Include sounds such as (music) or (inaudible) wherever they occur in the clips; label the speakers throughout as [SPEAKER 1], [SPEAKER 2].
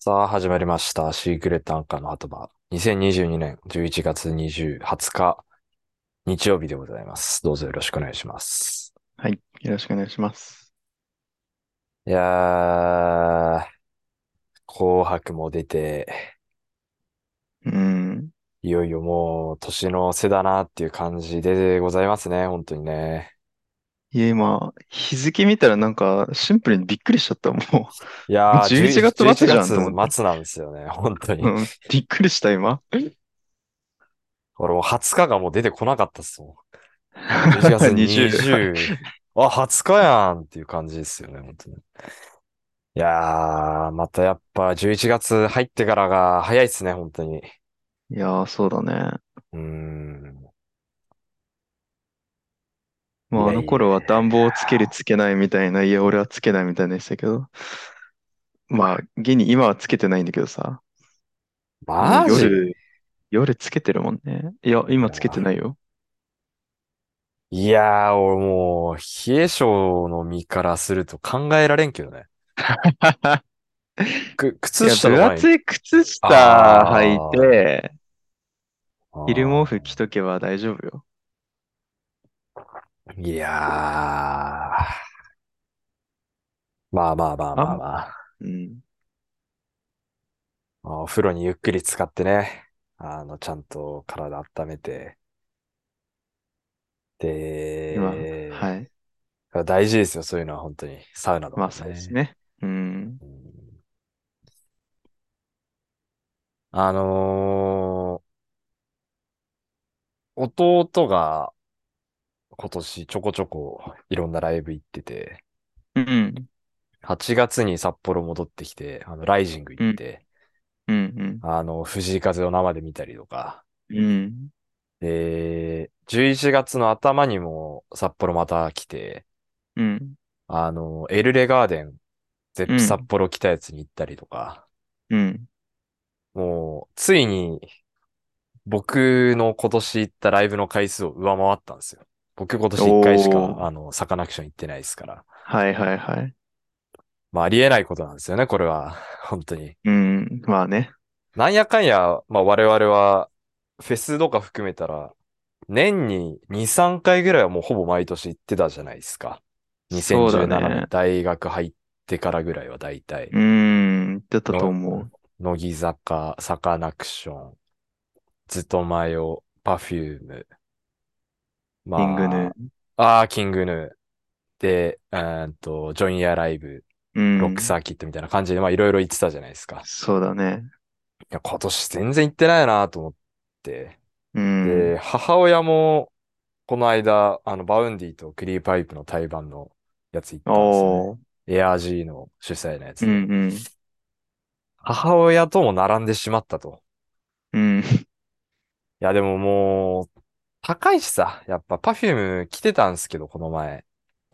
[SPEAKER 1] さあ、始まりました。シークレットアンカーの鳩場。2022年11月20、20日、日曜日でございます。どうぞよろしくお願いします。
[SPEAKER 2] はい。よろしくお願いします。
[SPEAKER 1] いやー、紅白も出て、
[SPEAKER 2] うん。
[SPEAKER 1] いよいよもう年の瀬だなっていう感じでございますね。本当にね。
[SPEAKER 2] いや、今、日付見たらなんか、シンプルにびっくりしちゃった。も
[SPEAKER 1] いやー、
[SPEAKER 2] う、11月末じゃんと思
[SPEAKER 1] 11月末なんですよね。本当
[SPEAKER 2] って。
[SPEAKER 1] に。
[SPEAKER 2] うん。びっくりした、今。
[SPEAKER 1] 俺もう20日がもう出てこなかったっすもん。11月
[SPEAKER 2] (laughs) 20
[SPEAKER 1] 20。あ、20日やんっていう感じですよね。本当に。いやー、またやっぱ11月入ってからが早いっすね。本当に。
[SPEAKER 2] いやー、そうだね。
[SPEAKER 1] うーん。
[SPEAKER 2] ま
[SPEAKER 1] い
[SPEAKER 2] あ、
[SPEAKER 1] や
[SPEAKER 2] あの
[SPEAKER 1] いや。
[SPEAKER 2] 頃は暖房つけるつけないみたいな、いや、俺はつけないみたいなでしたけど。まあ、現に今はつけてないんだけどさ。もう
[SPEAKER 1] マジ
[SPEAKER 2] 夜、夜つけてるもんね。いや、今つけてないよ。
[SPEAKER 1] いやー、俺もう、冷え性の身からすると考えられんけどね。く、
[SPEAKER 2] い
[SPEAKER 1] 靴
[SPEAKER 2] や、
[SPEAKER 1] 下の
[SPEAKER 2] 分
[SPEAKER 1] 前
[SPEAKER 2] 厚
[SPEAKER 1] に。
[SPEAKER 2] い靴下履い
[SPEAKER 1] あー、
[SPEAKER 2] て、
[SPEAKER 1] あ
[SPEAKER 2] 昼毛布着
[SPEAKER 1] ー
[SPEAKER 2] とけば大丈夫よ。
[SPEAKER 1] いやー。まあまあまあ
[SPEAKER 2] あ
[SPEAKER 1] まあ
[SPEAKER 2] ん、
[SPEAKER 1] まあ。
[SPEAKER 2] うん。
[SPEAKER 1] お風呂にゆっくり浸かってね。あの、ちゃんと体温めて。
[SPEAKER 2] 今、
[SPEAKER 1] で、
[SPEAKER 2] はい。
[SPEAKER 1] 大事ですよ、そういうのは本当に。サウナと
[SPEAKER 2] ま
[SPEAKER 1] か
[SPEAKER 2] あ
[SPEAKER 1] も
[SPEAKER 2] そうです
[SPEAKER 1] ね。
[SPEAKER 2] ね。うん。
[SPEAKER 1] うんあのー、弟が今年ちょこちょこいろんなライブ行ってて、
[SPEAKER 2] うん。
[SPEAKER 1] 8月に札幌戻ってきて、あの、ライジング行っ
[SPEAKER 2] うん。
[SPEAKER 1] て、
[SPEAKER 2] うん。
[SPEAKER 1] あの、藤井風を生で見たりとか、
[SPEAKER 2] うん。
[SPEAKER 1] で、11月の頭にも札幌また来て、
[SPEAKER 2] うん。
[SPEAKER 1] あの、エルレガーデン、ゼッ
[SPEAKER 2] う
[SPEAKER 1] プ札
[SPEAKER 2] ん。
[SPEAKER 1] 幌来たやつに行ったりとか、
[SPEAKER 2] うん。
[SPEAKER 1] もう、ついに僕の今年行ったライブの回数を上回ったんですよ。僕今年1回し
[SPEAKER 2] お
[SPEAKER 1] か、
[SPEAKER 2] ー。
[SPEAKER 1] あの、サカナクション行ってないですから。
[SPEAKER 2] はいはいはい。
[SPEAKER 1] まあ、ありえないことなんですよね、これは。本当に。
[SPEAKER 2] うん。まあね。
[SPEAKER 1] なんやかんや、まあ我々は、フェスとか含めたら、年に2、3回ぐらいはもうほぼ毎年行ってたじゃないですか。
[SPEAKER 2] そうだ
[SPEAKER 1] 2017年、
[SPEAKER 2] ね。
[SPEAKER 1] 大学入ってからぐらいは大体、
[SPEAKER 2] うん。だったと
[SPEAKER 1] の、
[SPEAKER 2] 思う。
[SPEAKER 1] 乃木坂、サカナクション、ずっと前を、パフューム、
[SPEAKER 2] リング
[SPEAKER 1] ま
[SPEAKER 2] ヌ
[SPEAKER 1] あ、あーキングヌー、で、うーんと、ジョンヤライブ、
[SPEAKER 2] う
[SPEAKER 1] ロック
[SPEAKER 2] ん。
[SPEAKER 1] サーキットみたいな感じで、まあいろいろ行ってたじゃないですか。
[SPEAKER 2] そうだね。
[SPEAKER 1] いや、今年全然行ってないなと思って。
[SPEAKER 2] う
[SPEAKER 1] で、
[SPEAKER 2] ん。
[SPEAKER 1] 母親も、この間、あの、バウンディとクリーパイプの対バンのやつ行ったんですよね。
[SPEAKER 2] おー。
[SPEAKER 1] エアージーの主催のや
[SPEAKER 2] う
[SPEAKER 1] つで。
[SPEAKER 2] んうん。
[SPEAKER 1] 母親とも並んでしまったと。
[SPEAKER 2] うん。
[SPEAKER 1] いや、でももう、高いしさ、やっぱパフューム来てたんですけど、この前、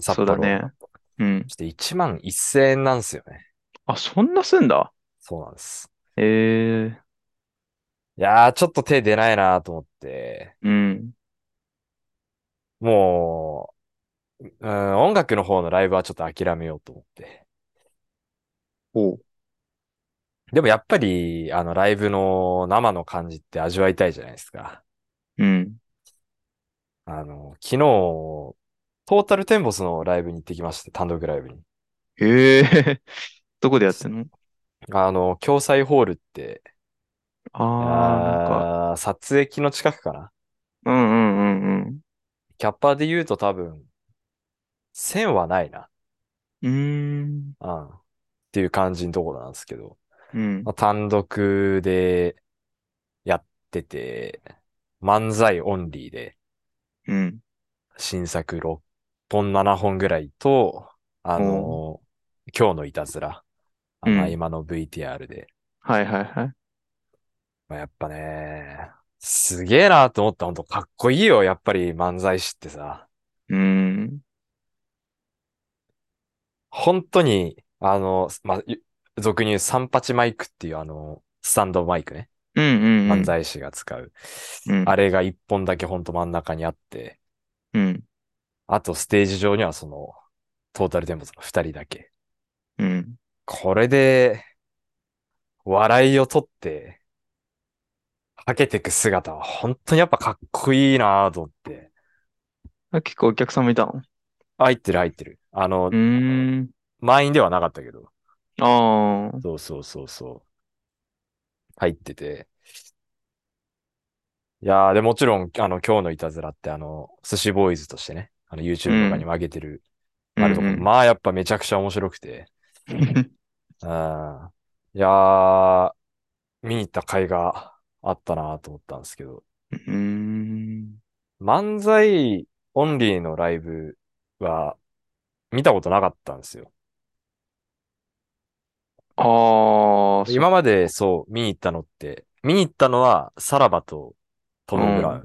[SPEAKER 1] 札
[SPEAKER 2] そうだ
[SPEAKER 1] 幌。
[SPEAKER 2] ね。うん。
[SPEAKER 1] ちょっと1万1000円なんですよね。
[SPEAKER 2] あ、そんなすんだ。
[SPEAKER 1] そうなんです。
[SPEAKER 2] ええ
[SPEAKER 1] いやー、ちょっと手出ないなと思って、
[SPEAKER 2] うん。
[SPEAKER 1] もう、うん、音楽の方のライブはちょっと諦めようと思って。
[SPEAKER 2] おう。
[SPEAKER 1] でもやっぱり、あの、ライブの生の感じって味わいたいじゃないですか。
[SPEAKER 2] うん。
[SPEAKER 1] あの、昨日、トータルテンボスのライブに行ってきまして、単独ライブに。
[SPEAKER 2] ええ (laughs) どこでやってんの
[SPEAKER 1] あの、共済ホールって、
[SPEAKER 2] ああー、なんか、
[SPEAKER 1] あー撮影機の近くかな。
[SPEAKER 2] うんうんうん
[SPEAKER 1] キャッパーで言うと多分、1000はないな。
[SPEAKER 2] うん。
[SPEAKER 1] うん。っていう感じのところなんですけど。
[SPEAKER 2] うーん。う
[SPEAKER 1] まあ、
[SPEAKER 2] ん。
[SPEAKER 1] 単独でやってて、漫才オンリーで、
[SPEAKER 2] うん。
[SPEAKER 1] 新作6本7本ぐらいと、あ
[SPEAKER 2] おう。
[SPEAKER 1] の今日のいたずら、あ
[SPEAKER 2] う
[SPEAKER 1] の合
[SPEAKER 2] ん。
[SPEAKER 1] 間の VTR で、
[SPEAKER 2] はいはいはい。
[SPEAKER 1] まあ、やっぱね、すげえなと思った、ほんとかっこいいよ、やっぱり漫才師ってさ、
[SPEAKER 2] うーん。
[SPEAKER 1] 本当に、あの、まあ、ゆ俗に言う三八マイクっていうあの、スタンドマイクね、
[SPEAKER 2] うんう
[SPEAKER 1] 漫
[SPEAKER 2] ん
[SPEAKER 1] 才師が使う。
[SPEAKER 2] うん。う
[SPEAKER 1] あ
[SPEAKER 2] ん。
[SPEAKER 1] れが一本だけほんと真ん中にあって、
[SPEAKER 2] うん。
[SPEAKER 1] あとステージ上にはその、トータルテンボスの二人だけ。
[SPEAKER 2] うん。
[SPEAKER 1] これで、笑いを取って、はけてく姿は本当にやっぱかっこいいなぁと思って。
[SPEAKER 2] あ結構お客さんもいたの
[SPEAKER 1] あ、入ってる入ってる。あの
[SPEAKER 2] う、ーん。
[SPEAKER 1] 満員ではなかったけど。
[SPEAKER 2] ああ。
[SPEAKER 1] そうそうそうそう。入ってて。いやー、で、もちろん、あの、今日のいたずらって、あの、寿司ボーイズとしてね、あの、YouTube とかにも上げてる、あるとこ
[SPEAKER 2] うんうん
[SPEAKER 1] まあ、やっぱめちゃくちゃ面白くて。うん。いやー、見に行った甲斐があったなと思ったんですけど、
[SPEAKER 2] (laughs) うーん。
[SPEAKER 1] 漫才オンリーのライブは、見たことなかったんですよ。
[SPEAKER 2] ああ、
[SPEAKER 1] 今までそう、見に行ったのって、見に行ったのは、さらばとトム・ブラウン。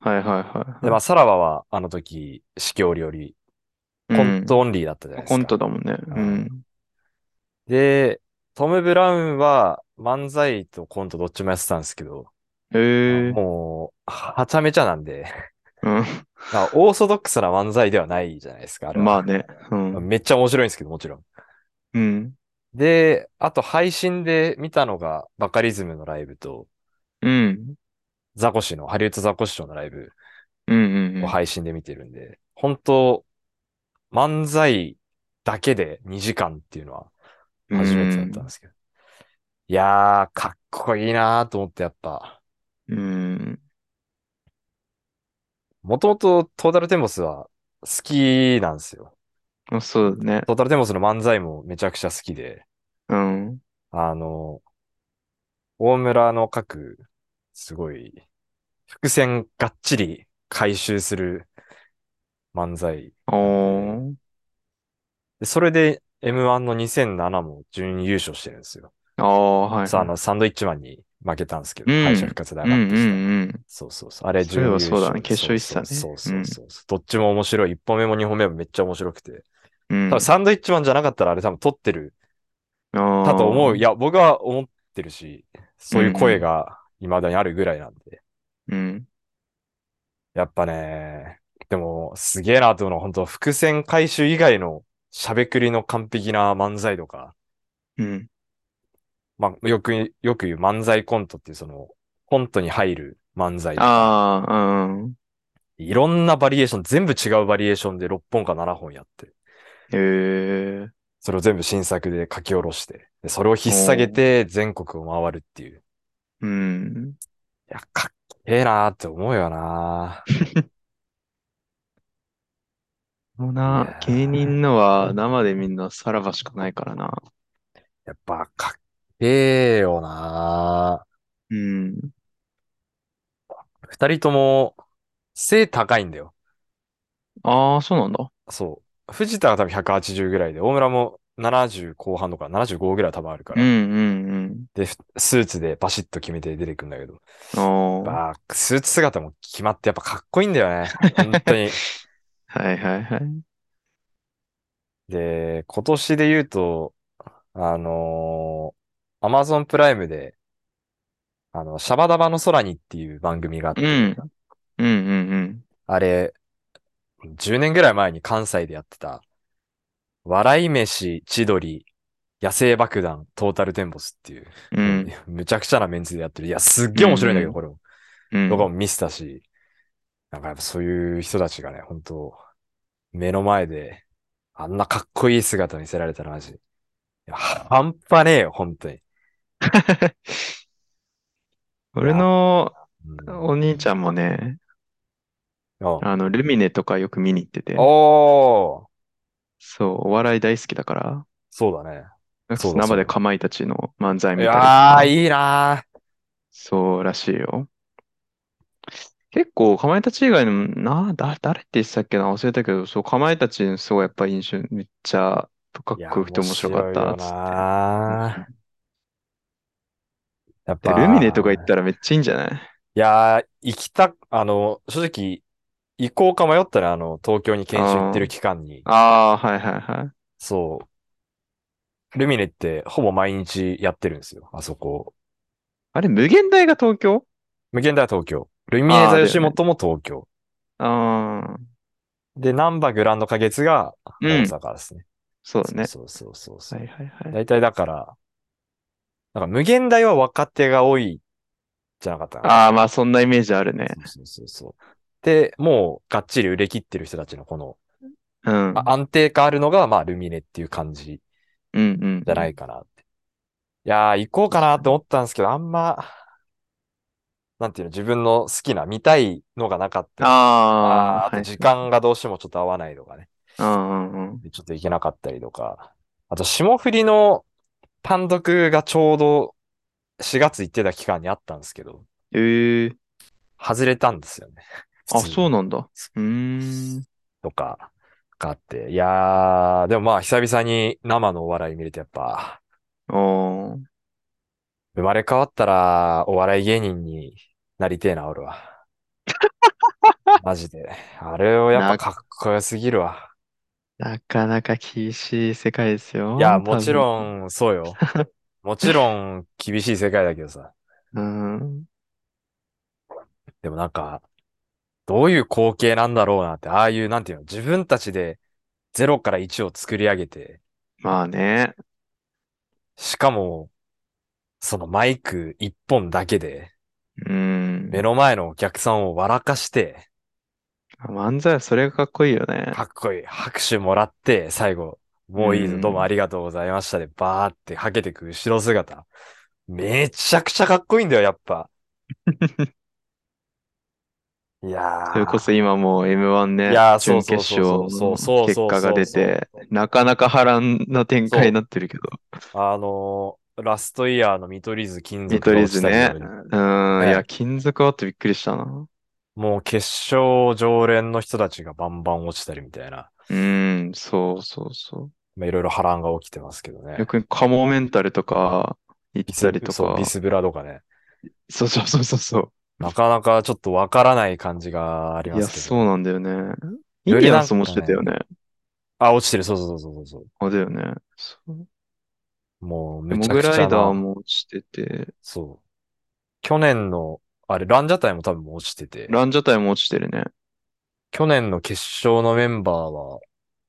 [SPEAKER 2] はいはいはい。
[SPEAKER 1] で、まあ、さらばは、あの時、四季折々、コントオンリーだったじゃなん
[SPEAKER 2] う
[SPEAKER 1] いですか。
[SPEAKER 2] コントだもんね。うん。
[SPEAKER 1] で、トム・ブラウンは、漫才とコントどっちもやってたんですけど、
[SPEAKER 2] へえ。
[SPEAKER 1] もう、はちゃめちゃなんで、
[SPEAKER 2] うん
[SPEAKER 1] まあオーソドックスな漫才ではないじゃないですか、あれは
[SPEAKER 2] まあね。うん。
[SPEAKER 1] めっちゃ面白いんですけど、もちろん。
[SPEAKER 2] うん。
[SPEAKER 1] で、あと配信で見たのが、バカリズムのライブと、
[SPEAKER 2] うん。
[SPEAKER 1] ザコシの、ハリウッドザコシショウのライブ
[SPEAKER 2] うんうんうん。
[SPEAKER 1] を配信で見てるんで、本当漫才だけで2時間っていうのは、初めてだったんですけど。いやー、かっこいいなーと思って、やっぱ。
[SPEAKER 2] うん。うん。
[SPEAKER 1] もともとトータルテンボスは好きなんですよ。
[SPEAKER 2] あそうだね。
[SPEAKER 1] トータルテンボスの漫才もめちゃくちゃ好きで、
[SPEAKER 2] うん。
[SPEAKER 1] あの、大村の書く、すごい、伏線がっちり回収する漫才。
[SPEAKER 2] おー。
[SPEAKER 1] でそれで M1 の2007も準優勝してるんですよ。
[SPEAKER 2] ああ、はい。
[SPEAKER 1] さあ、あの、サンドイッチマンに負けたんですけど、
[SPEAKER 2] うん
[SPEAKER 1] 敗者復活で上
[SPEAKER 2] うん
[SPEAKER 1] がって
[SPEAKER 2] う
[SPEAKER 1] きた。
[SPEAKER 2] ん
[SPEAKER 1] そうそうそう。あれ、
[SPEAKER 2] そういえば
[SPEAKER 1] 準優
[SPEAKER 2] そうだ
[SPEAKER 1] 勝
[SPEAKER 2] ね決勝行ってたね
[SPEAKER 1] そうそうそうそう。どっちも面白い。1本目も2本目もめっちゃ面白くて。
[SPEAKER 2] う
[SPEAKER 1] 多
[SPEAKER 2] ん。うん
[SPEAKER 1] 分サンドイッチマンじゃなかったらあれ多分撮ってる。
[SPEAKER 2] あ
[SPEAKER 1] だと思
[SPEAKER 2] ー
[SPEAKER 1] う。いや、僕は思ってるし、そういう声が未だにあるぐらいなんで。
[SPEAKER 2] うん。
[SPEAKER 1] やっぱね、でも、すげえなと思うのは、本当伏線回収以外の喋くりの完璧な漫才とか、
[SPEAKER 2] うん。
[SPEAKER 1] まあ、よく、よく言う漫才コントっていう、その、コントに入る漫才とか、
[SPEAKER 2] ああ、うん。
[SPEAKER 1] いろんなバリエーション、全部違うバリエーションで6本か7本やって、
[SPEAKER 2] へえ。
[SPEAKER 1] それを全部新作で書き下ろして、でそれを引っ提げて全国を回るっていう。
[SPEAKER 2] うん。
[SPEAKER 1] いや、かっけえなーって思うよなー
[SPEAKER 2] もう
[SPEAKER 1] い
[SPEAKER 2] な
[SPEAKER 1] や、ー
[SPEAKER 2] 芸人のは生でみんなさらばしかないからな。
[SPEAKER 1] やっぱ、かっけえよな
[SPEAKER 2] うん。
[SPEAKER 1] ー二人とも、背高いんだよ。
[SPEAKER 2] ああ、そうなんだ。
[SPEAKER 1] そう。藤田が多分180ぐらいで、大村も70後半とか75ぐらい多分あるか
[SPEAKER 2] うん
[SPEAKER 1] ら。
[SPEAKER 2] うん
[SPEAKER 1] で、ふスーツでバシッと決めて出てくんだけど。
[SPEAKER 2] うん。あ
[SPEAKER 1] まあ、スーツ姿も決まってやっぱかっこいいんだよ
[SPEAKER 2] (laughs)
[SPEAKER 1] ね。本当に。
[SPEAKER 2] あ。はいはいはい。
[SPEAKER 1] で、今年で言うと、あのー、Amazon プライムで、あの、シャバダバの空にっていう番組があって、
[SPEAKER 2] うんうんうんうん。
[SPEAKER 1] あれ、10年ぐらい前に関西でやってた、笑い飯、千鳥、野生爆弾、トータルテンボスっていう、
[SPEAKER 2] うん。
[SPEAKER 1] むちゃくちゃなメンツでやってる。いや、すっげえ面白いんだけど、これも。
[SPEAKER 2] うん。
[SPEAKER 1] 僕も見せたし、なんかやっぱそういう人たちがね、本当目の前で、あんなかっこいい姿見せられたらマジ。いや、半端ねえよ、本当に。
[SPEAKER 2] 俺の
[SPEAKER 1] うん
[SPEAKER 2] お兄ちゃんもね、
[SPEAKER 1] うん
[SPEAKER 2] あの、ルミネとかよく見に行ってて、
[SPEAKER 1] おー、
[SPEAKER 2] そう、お笑い大好きだから、
[SPEAKER 1] そうだね。そうだそ
[SPEAKER 2] 生
[SPEAKER 1] うだ
[SPEAKER 2] でかまいたちの漫才
[SPEAKER 1] い
[SPEAKER 2] 見たりと
[SPEAKER 1] や
[SPEAKER 2] か
[SPEAKER 1] ー、いいな
[SPEAKER 2] そうらしいよ。結構、かまいたち以外にも、な、だ、誰って言ってたっけな、忘れたけど、そう、かまいたち、すごいやっぱ印象、めっちゃ、かっ
[SPEAKER 1] ー。いや、
[SPEAKER 2] こよくて面白かった、
[SPEAKER 1] 面
[SPEAKER 2] つ
[SPEAKER 1] 白いよ
[SPEAKER 2] って。
[SPEAKER 1] なーやっ
[SPEAKER 2] で
[SPEAKER 1] ぱ、
[SPEAKER 2] ルミネとか行ったらめっちゃいいんじゃない
[SPEAKER 1] いやー、行きた、あの、正直、行こうか迷ったら、あの、東京に研修行ってる期間に、
[SPEAKER 2] ああー、はいはいはい。
[SPEAKER 1] そう。ルミネってほぼ毎日やってるんですよ、あそこ。
[SPEAKER 2] あれ、無限大が東京
[SPEAKER 1] 無限大は東京。ルミネ
[SPEAKER 2] あー
[SPEAKER 1] 座
[SPEAKER 2] だよね
[SPEAKER 1] 吉本も東京。
[SPEAKER 2] ああ、
[SPEAKER 1] で、ナンバグランド花月が
[SPEAKER 2] うん
[SPEAKER 1] 大阪ですね。
[SPEAKER 2] そうだね。
[SPEAKER 1] そうそうそうそう。
[SPEAKER 2] はいはいはい。
[SPEAKER 1] 大体だから、なんか無限大は若手が多いじゃなかったかな
[SPEAKER 2] ああ、まあそんなイメージあるね。
[SPEAKER 1] そうそうそうそう。で、もうがっちり売れ切ってる人たちのこの、
[SPEAKER 2] うん。
[SPEAKER 1] あ安定感あるのが、まあルミネっていう感じ
[SPEAKER 2] うんうん。
[SPEAKER 1] じゃないかなって。いやー、行こうかなって思ったんですけど、あんま、なんていうの、自分の好きな、見たいのがなかったり。あ
[SPEAKER 2] あ
[SPEAKER 1] ー
[SPEAKER 2] あ、
[SPEAKER 1] あと時間がどうしてもちょっと合わないとかね。
[SPEAKER 2] はい。うんうんうん。
[SPEAKER 1] でちょっと行けなかったりとか。あと、霜降りの単独がちょうど4月行ってた期間にあったんですけど、
[SPEAKER 2] ええ
[SPEAKER 1] 外れたんですよね。 (laughs)
[SPEAKER 2] あ、そう
[SPEAKER 1] の
[SPEAKER 2] なんだ。うーん。
[SPEAKER 1] とか、があって。いやー、でもまあ、久々に生のお笑い見れてやっぱ、
[SPEAKER 2] あー
[SPEAKER 1] 生まれ変わったら、お笑い芸人になりてえな、俺
[SPEAKER 2] (laughs)
[SPEAKER 1] は。マジで。あれをやっぱかっこよすぎるわ。
[SPEAKER 2] なかなか厳しい世界ですよ。
[SPEAKER 1] いや、もち
[SPEAKER 2] ん。
[SPEAKER 1] ろん、そう
[SPEAKER 2] (laughs)
[SPEAKER 1] よ。もちろん、厳しい世界だけどさ。
[SPEAKER 2] うん。
[SPEAKER 1] でもなんか、どういう光景なんだろうなって、ああいう、なんていうの、自分たちで0から1を作り上げて、
[SPEAKER 2] まあね。
[SPEAKER 1] しかも、そのマイク1本だけで、
[SPEAKER 2] うん。
[SPEAKER 1] 目の前のお客さんを笑かして、
[SPEAKER 2] 漫才はそれがかっこいいよね。
[SPEAKER 1] かっこいい、拍手もらって、最後、もういいぞ、
[SPEAKER 2] うん
[SPEAKER 1] どうもありがとうございましたで、バーってはけてく後ろ姿。めちゃくちゃかっこいいんだよ、やっ
[SPEAKER 2] (laughs)
[SPEAKER 1] ぱ。いやー。
[SPEAKER 2] それこそ今もう M1 ね、
[SPEAKER 1] いやー
[SPEAKER 2] 準
[SPEAKER 1] そう
[SPEAKER 2] 決
[SPEAKER 1] そうそうそうそうそ
[SPEAKER 2] 勝の
[SPEAKER 1] うそう
[SPEAKER 2] 結果が出て
[SPEAKER 1] そうそう、
[SPEAKER 2] なかなか波乱な展開になってるけど、
[SPEAKER 1] あのーラストイヤーの見取り図金
[SPEAKER 2] 見
[SPEAKER 1] 属
[SPEAKER 2] 取
[SPEAKER 1] が
[SPEAKER 2] り
[SPEAKER 1] 落ち
[SPEAKER 2] 図
[SPEAKER 1] たり
[SPEAKER 2] ね。
[SPEAKER 1] とか
[SPEAKER 2] うん、い
[SPEAKER 1] ね
[SPEAKER 2] や、金属ワットびっくりしたな。
[SPEAKER 1] もう決勝常連の人たちがバンバン落ちたりみたいな。
[SPEAKER 2] うん、そうそうそ
[SPEAKER 1] まあ、いろいろ波乱が起きてますけど
[SPEAKER 2] う。
[SPEAKER 1] ね。
[SPEAKER 2] 逆にカモメンタルとか言っ
[SPEAKER 1] ビ
[SPEAKER 2] たりと
[SPEAKER 1] スそう
[SPEAKER 2] か
[SPEAKER 1] ビ、スブラとかね。
[SPEAKER 2] そうそうそうそうそ
[SPEAKER 1] なかなかちょっとわからない感じがあり
[SPEAKER 2] う。
[SPEAKER 1] ま
[SPEAKER 2] いや、
[SPEAKER 1] すけど。
[SPEAKER 2] そうなんだよね。イン
[SPEAKER 1] よ
[SPEAKER 2] デ
[SPEAKER 1] り
[SPEAKER 2] ィ
[SPEAKER 1] なん
[SPEAKER 2] アン
[SPEAKER 1] か
[SPEAKER 2] ス
[SPEAKER 1] ね
[SPEAKER 2] もしてたよね。
[SPEAKER 1] あ、落ちてる。そうそうそうそうそう。
[SPEAKER 2] あ、だよね。そう
[SPEAKER 1] もう、め
[SPEAKER 2] でモ
[SPEAKER 1] ちゃく
[SPEAKER 2] グ
[SPEAKER 1] ちゃな。
[SPEAKER 2] ライダーもしてて、
[SPEAKER 1] そう。去年の、あれ、ランジャタイも多分落ちてて。
[SPEAKER 2] ランジャタイも落ちてるね。
[SPEAKER 1] 去年の決勝のメンバーは、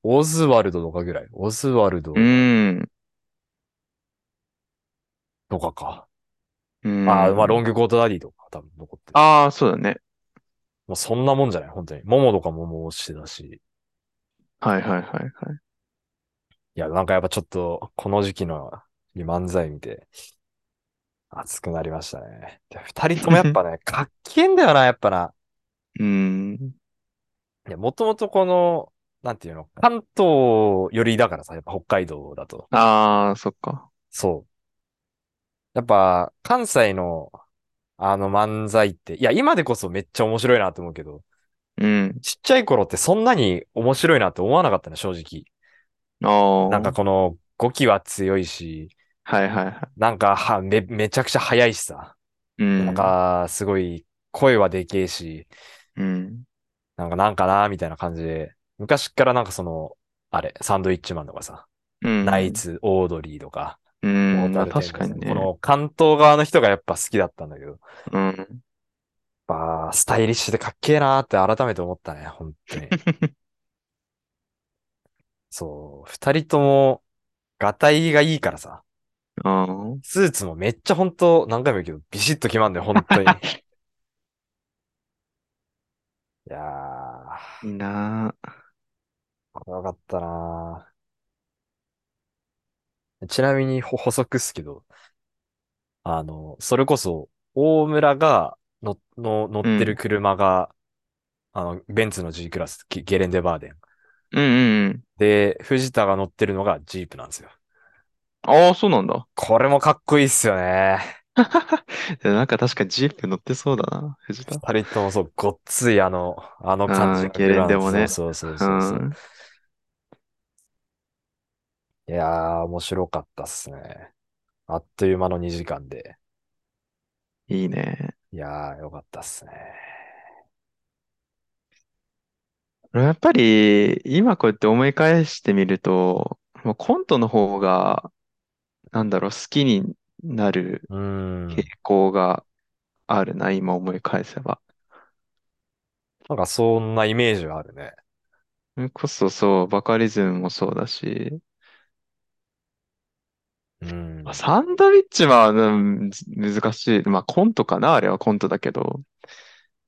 [SPEAKER 1] オズワルドとかぐらい。オズワルド
[SPEAKER 2] うん。
[SPEAKER 1] とかか。
[SPEAKER 2] うん。
[SPEAKER 1] あーまあ、ロングコートダディとか多分残ってる。
[SPEAKER 2] ああ、そうだね。
[SPEAKER 1] もうそんなもんじゃない、本当に。モモとかももう落ちてたし。
[SPEAKER 2] はいはいはいはい。
[SPEAKER 1] いや、なんかやっぱちょっと、この時期の漫才見て、熱くなりましたね。で二人ともやっぱ
[SPEAKER 2] (laughs)
[SPEAKER 1] ね、かっけえんだよな、やっぱな。
[SPEAKER 2] うん。
[SPEAKER 1] いや、もともとこの、なんていうの、関東寄りだからさ、やっぱ北海道だと。
[SPEAKER 2] ああ、そっか。
[SPEAKER 1] そう。やっぱ、関西の、あの漫才って、いや、今でこそめっちゃ面白いなと思うけど、
[SPEAKER 2] うん。
[SPEAKER 1] ちっちゃい頃ってそんなに面白いなって思わなかったね、正直。
[SPEAKER 2] ああ。
[SPEAKER 1] なんか、この語気は強いし、
[SPEAKER 2] はいはいはい。
[SPEAKER 1] なんかはめ、めちゃくちゃ速いしさ、
[SPEAKER 2] うん。
[SPEAKER 1] なん、かすごい声はでけえし、
[SPEAKER 2] うん。
[SPEAKER 1] なんかなんかなーみたいな感じで、昔っからなんかその、あれ、サンドイッチマンとかさ、
[SPEAKER 2] うん。
[SPEAKER 1] ナイ。ツ、オードリーとか、
[SPEAKER 2] うん。
[SPEAKER 1] モー
[SPEAKER 2] まあ
[SPEAKER 1] タルテ
[SPEAKER 2] 確か
[SPEAKER 1] ンボス
[SPEAKER 2] にね。
[SPEAKER 1] この関東側の人がやっぱ好きだったんだけど、やっ
[SPEAKER 2] うん。
[SPEAKER 1] ぱスタイリッシュでかっけえなーって改めて思ったね、本当 (laughs) に。そう、二人とも、がたいがいいからさ、
[SPEAKER 2] あ
[SPEAKER 1] スーツもめっちゃ本当何回も言うけど、ビシッと決まんだよ、本 (laughs) 当に。
[SPEAKER 2] あ。
[SPEAKER 1] いや
[SPEAKER 2] いいなあ
[SPEAKER 1] ー、よかったなーちなみにほ補足っすけど、あの、それこそ、大村がの、の、乗ってる車が、あの、ベンツの G クラス、ゲゲレンデバーデン。
[SPEAKER 2] うんうんうん。
[SPEAKER 1] で、藤田が乗ってるのがジープなんですよ。
[SPEAKER 2] ああ、そうなんだ。
[SPEAKER 1] これもかっこいいっすよね。
[SPEAKER 2] でなんか確かジープ乗ってそうだな、藤田。
[SPEAKER 1] 二人ともそう、ごっついあの、あの感じ
[SPEAKER 2] うん
[SPEAKER 1] の
[SPEAKER 2] ゲレンデもね
[SPEAKER 1] そうそう
[SPEAKER 2] う
[SPEAKER 1] そうそうそう。
[SPEAKER 2] ん。
[SPEAKER 1] いやー、面白かったっすね。あっという間の2時間で。
[SPEAKER 2] いいね。
[SPEAKER 1] いやー、よかったっすね。
[SPEAKER 2] やっぱり、今こうやって思い返してみると、もうコントの方が、なんだろう、好きになる
[SPEAKER 1] うーん。
[SPEAKER 2] 傾向があるな、今思い返せば。
[SPEAKER 1] なんかそんなイメージがあるね。
[SPEAKER 2] それこそそう、バカリズムもそうだし、
[SPEAKER 1] うん
[SPEAKER 2] まあ、サンドウィッチマンは、うん難しい。まあ、コントかなあれはコントだけど。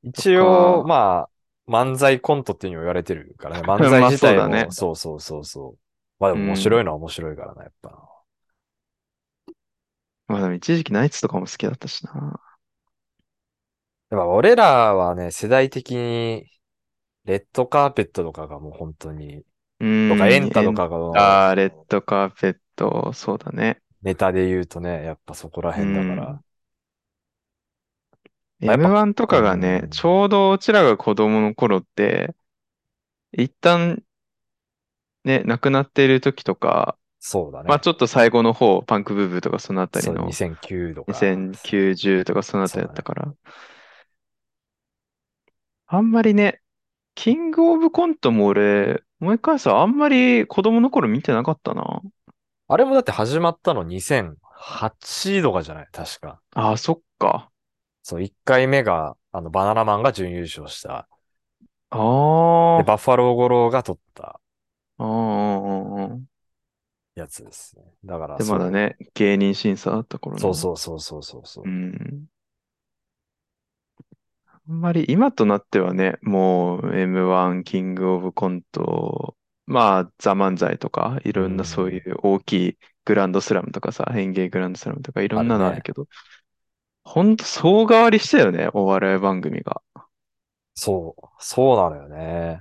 [SPEAKER 1] 一応、まあ、漫才コントっていうにも言われてるからね。 (laughs) 漫才自体
[SPEAKER 2] まあそうだね
[SPEAKER 1] も、そうそうそうそう。まあでも面白いのは面白いからな、やっぱな。
[SPEAKER 2] まあ、でも一時期ナイツとかも好きだったしな。
[SPEAKER 1] やっぱ俺らはね、世代的に、レッドカーペットとかがもう本当に、
[SPEAKER 2] うん。
[SPEAKER 1] とかエンタと
[SPEAKER 2] エン
[SPEAKER 1] かが
[SPEAKER 2] タ、レッドカーペット、そうだね。
[SPEAKER 1] ネタで言うとね、やっぱそこら辺だから。まあやっぱ
[SPEAKER 2] M1 とかがね
[SPEAKER 1] う、ん
[SPEAKER 2] ちょうどうちらが子供の頃って、一旦、ね、亡くなっている時とか、
[SPEAKER 1] そうだね。
[SPEAKER 2] まあちょっと最後の方、パンクブーブーとかそのあたり
[SPEAKER 1] そう
[SPEAKER 2] の、
[SPEAKER 1] 2009とか。
[SPEAKER 2] 2090とかそのあたりだったから。あんまりね、キングオブコントも俺、もう一回さ、あんまり子供の頃見てなかったな。
[SPEAKER 1] あれもだって始まったの2008とかじゃない確か。
[SPEAKER 2] ああ、そっか。
[SPEAKER 1] そう、1回目が、あの、バナナマンが準優勝した。
[SPEAKER 2] ああ、
[SPEAKER 1] で、バッファロー五郎が取った
[SPEAKER 2] ああ、ああ、ああ。
[SPEAKER 1] やつですね。だから、
[SPEAKER 2] で、まだね、芸人審査だった頃
[SPEAKER 1] そう
[SPEAKER 2] の。
[SPEAKER 1] そうそうそうそうそう。
[SPEAKER 2] うん。あんまり今となってはね、もう M1、キングオブコント、まあ、ザ・漫才とか、いろんなそういう大きいグランドスラムとかさ、変芸グランドスラムとか、いろんなの
[SPEAKER 1] あ
[SPEAKER 2] あ
[SPEAKER 1] るね
[SPEAKER 2] るけど、ほんと総変わりしたよね、お笑い番組が。
[SPEAKER 1] そう、そうなのよね。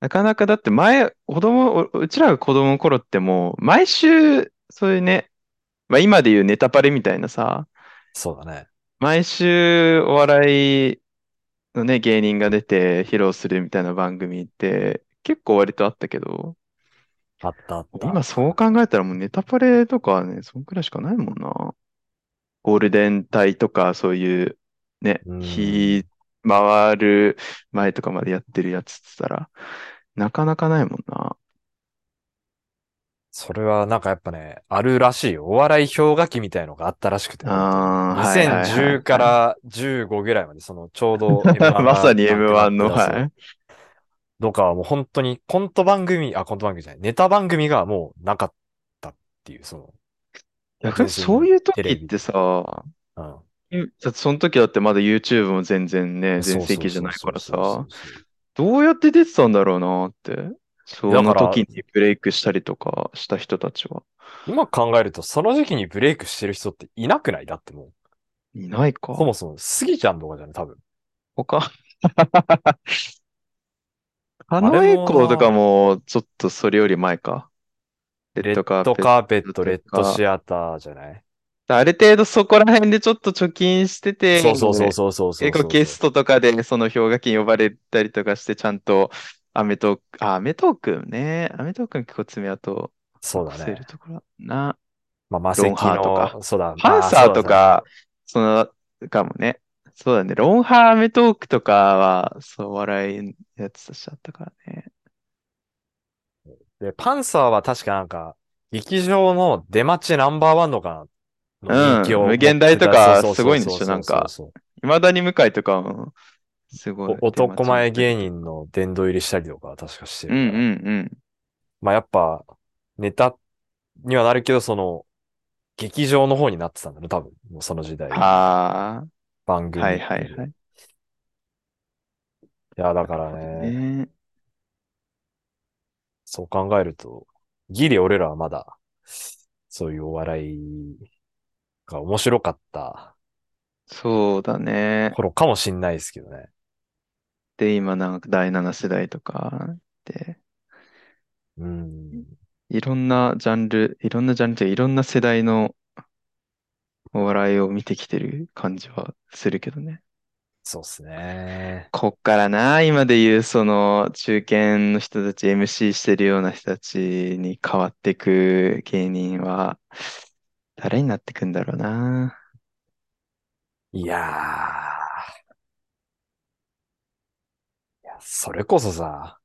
[SPEAKER 2] なかなかだって前、子供、おうちらが子供の頃ってもう、毎週、そういうね、まあ今でいうネタパレみたいなさ、
[SPEAKER 1] そうだね。
[SPEAKER 2] 毎週お笑いのね、芸人が出て披露するみたいな番組って結構割とあったけど、
[SPEAKER 1] あったあった。
[SPEAKER 2] 今そう考えたらもうネタパレとかはね、そんくらいしかないもんな。ゴールデン帯とかそういうね
[SPEAKER 1] う、ん
[SPEAKER 2] 日回る前とかまでやってるやつって言ったら、なかなかないもんな。
[SPEAKER 1] それはなんかやっぱね、あるらしいよ。お笑い氷河期みたいのがあったらしくて。
[SPEAKER 2] あーはいはいはい
[SPEAKER 1] 2010から15ぐらいまで、そのちょうど
[SPEAKER 2] (laughs) まさに M1 の、
[SPEAKER 1] い
[SPEAKER 2] は。い。
[SPEAKER 1] とかはもう本当にコント番組、あ、コント番組じゃない、ネタ番組がもうなかったっていう、その、
[SPEAKER 2] 逆にそういう時
[SPEAKER 1] テレビ
[SPEAKER 2] ってさ、
[SPEAKER 1] うん。
[SPEAKER 2] だってその時だってまだ YouTube も全然ね、全盛期じゃないからさ、どうやって出てたんだろうなって。そ
[SPEAKER 1] だ
[SPEAKER 2] の
[SPEAKER 1] から
[SPEAKER 2] 時にブレイクしたりとかした人たちは。
[SPEAKER 1] 今考えると、その時期にブレイクしてる人っていなくないだってもう、
[SPEAKER 2] いないか。
[SPEAKER 1] そもそも、スギちゃんとかじゃない多分。
[SPEAKER 2] 他。
[SPEAKER 1] (laughs)
[SPEAKER 2] 狩野英孝とかも、ちょっとそれより前か。レ
[SPEAKER 1] レ
[SPEAKER 2] ッドカ
[SPEAKER 1] ッド
[SPEAKER 2] ーペット
[SPEAKER 1] カーペット、レ
[SPEAKER 2] レ
[SPEAKER 1] ッ
[SPEAKER 2] ッ
[SPEAKER 1] ド
[SPEAKER 2] ド
[SPEAKER 1] シアターじゃない
[SPEAKER 2] ある程度そこら辺でちょっと貯金してて、
[SPEAKER 1] そうそうそうそうそうそう。
[SPEAKER 2] 結構ゲストとかでその氷河期に呼ばれたりとかして、ちゃんとアメトーク、あ、アメトークね。アメトークも結構爪痕
[SPEAKER 1] そう
[SPEAKER 2] 残
[SPEAKER 1] だ
[SPEAKER 2] せ
[SPEAKER 1] ね
[SPEAKER 2] る。ところな。
[SPEAKER 1] まあ、マセキ
[SPEAKER 2] ロンハーとか
[SPEAKER 1] の、そうだ、
[SPEAKER 2] パンサーと
[SPEAKER 1] まあ、
[SPEAKER 2] か、その、かもね。そうだね。ロンハーメトークとかは、そう、お笑いのやつとしてあったからね。
[SPEAKER 1] そうだで、パンサーは確かなんか、劇場の出待ちナンバーワンとかの人気を
[SPEAKER 2] うん
[SPEAKER 1] 持ってた、
[SPEAKER 2] 無限大とか
[SPEAKER 1] そうそうそう
[SPEAKER 2] すごいんでしょなんか
[SPEAKER 1] そうそう
[SPEAKER 2] 未だに向井とかも、すご
[SPEAKER 1] そう
[SPEAKER 2] い。
[SPEAKER 1] お男前芸
[SPEAKER 2] 人。
[SPEAKER 1] 人の殿堂入りしたりとかは確かして
[SPEAKER 2] う
[SPEAKER 1] るから
[SPEAKER 2] んうんうん。
[SPEAKER 1] まあやっぱ、ネタにはなるけど、その、劇場の方になってたんだね、多分。もうその時代。
[SPEAKER 2] あ
[SPEAKER 1] 番
[SPEAKER 2] あ、
[SPEAKER 1] 組。
[SPEAKER 2] はいはいはい
[SPEAKER 1] い。や、だからね、
[SPEAKER 2] ね
[SPEAKER 1] そう考えると、ギリ俺らはまだ、そういうお笑いが面白かった
[SPEAKER 2] そうだね。
[SPEAKER 1] 頃かもしんないですけどね。
[SPEAKER 2] で、今なんか第7世代とかで、
[SPEAKER 1] うん。
[SPEAKER 2] いろんなジャンル、いろんなジャンルっていうかいろんな世代のお笑いを見てきてる感じはするけどね。
[SPEAKER 1] そうっすね。
[SPEAKER 2] こっからな、今で言うその中堅の人たち、MC してるような人たちに変わってく芸人は、誰になってくんだろうな。
[SPEAKER 1] いやー。いや、それこそさ、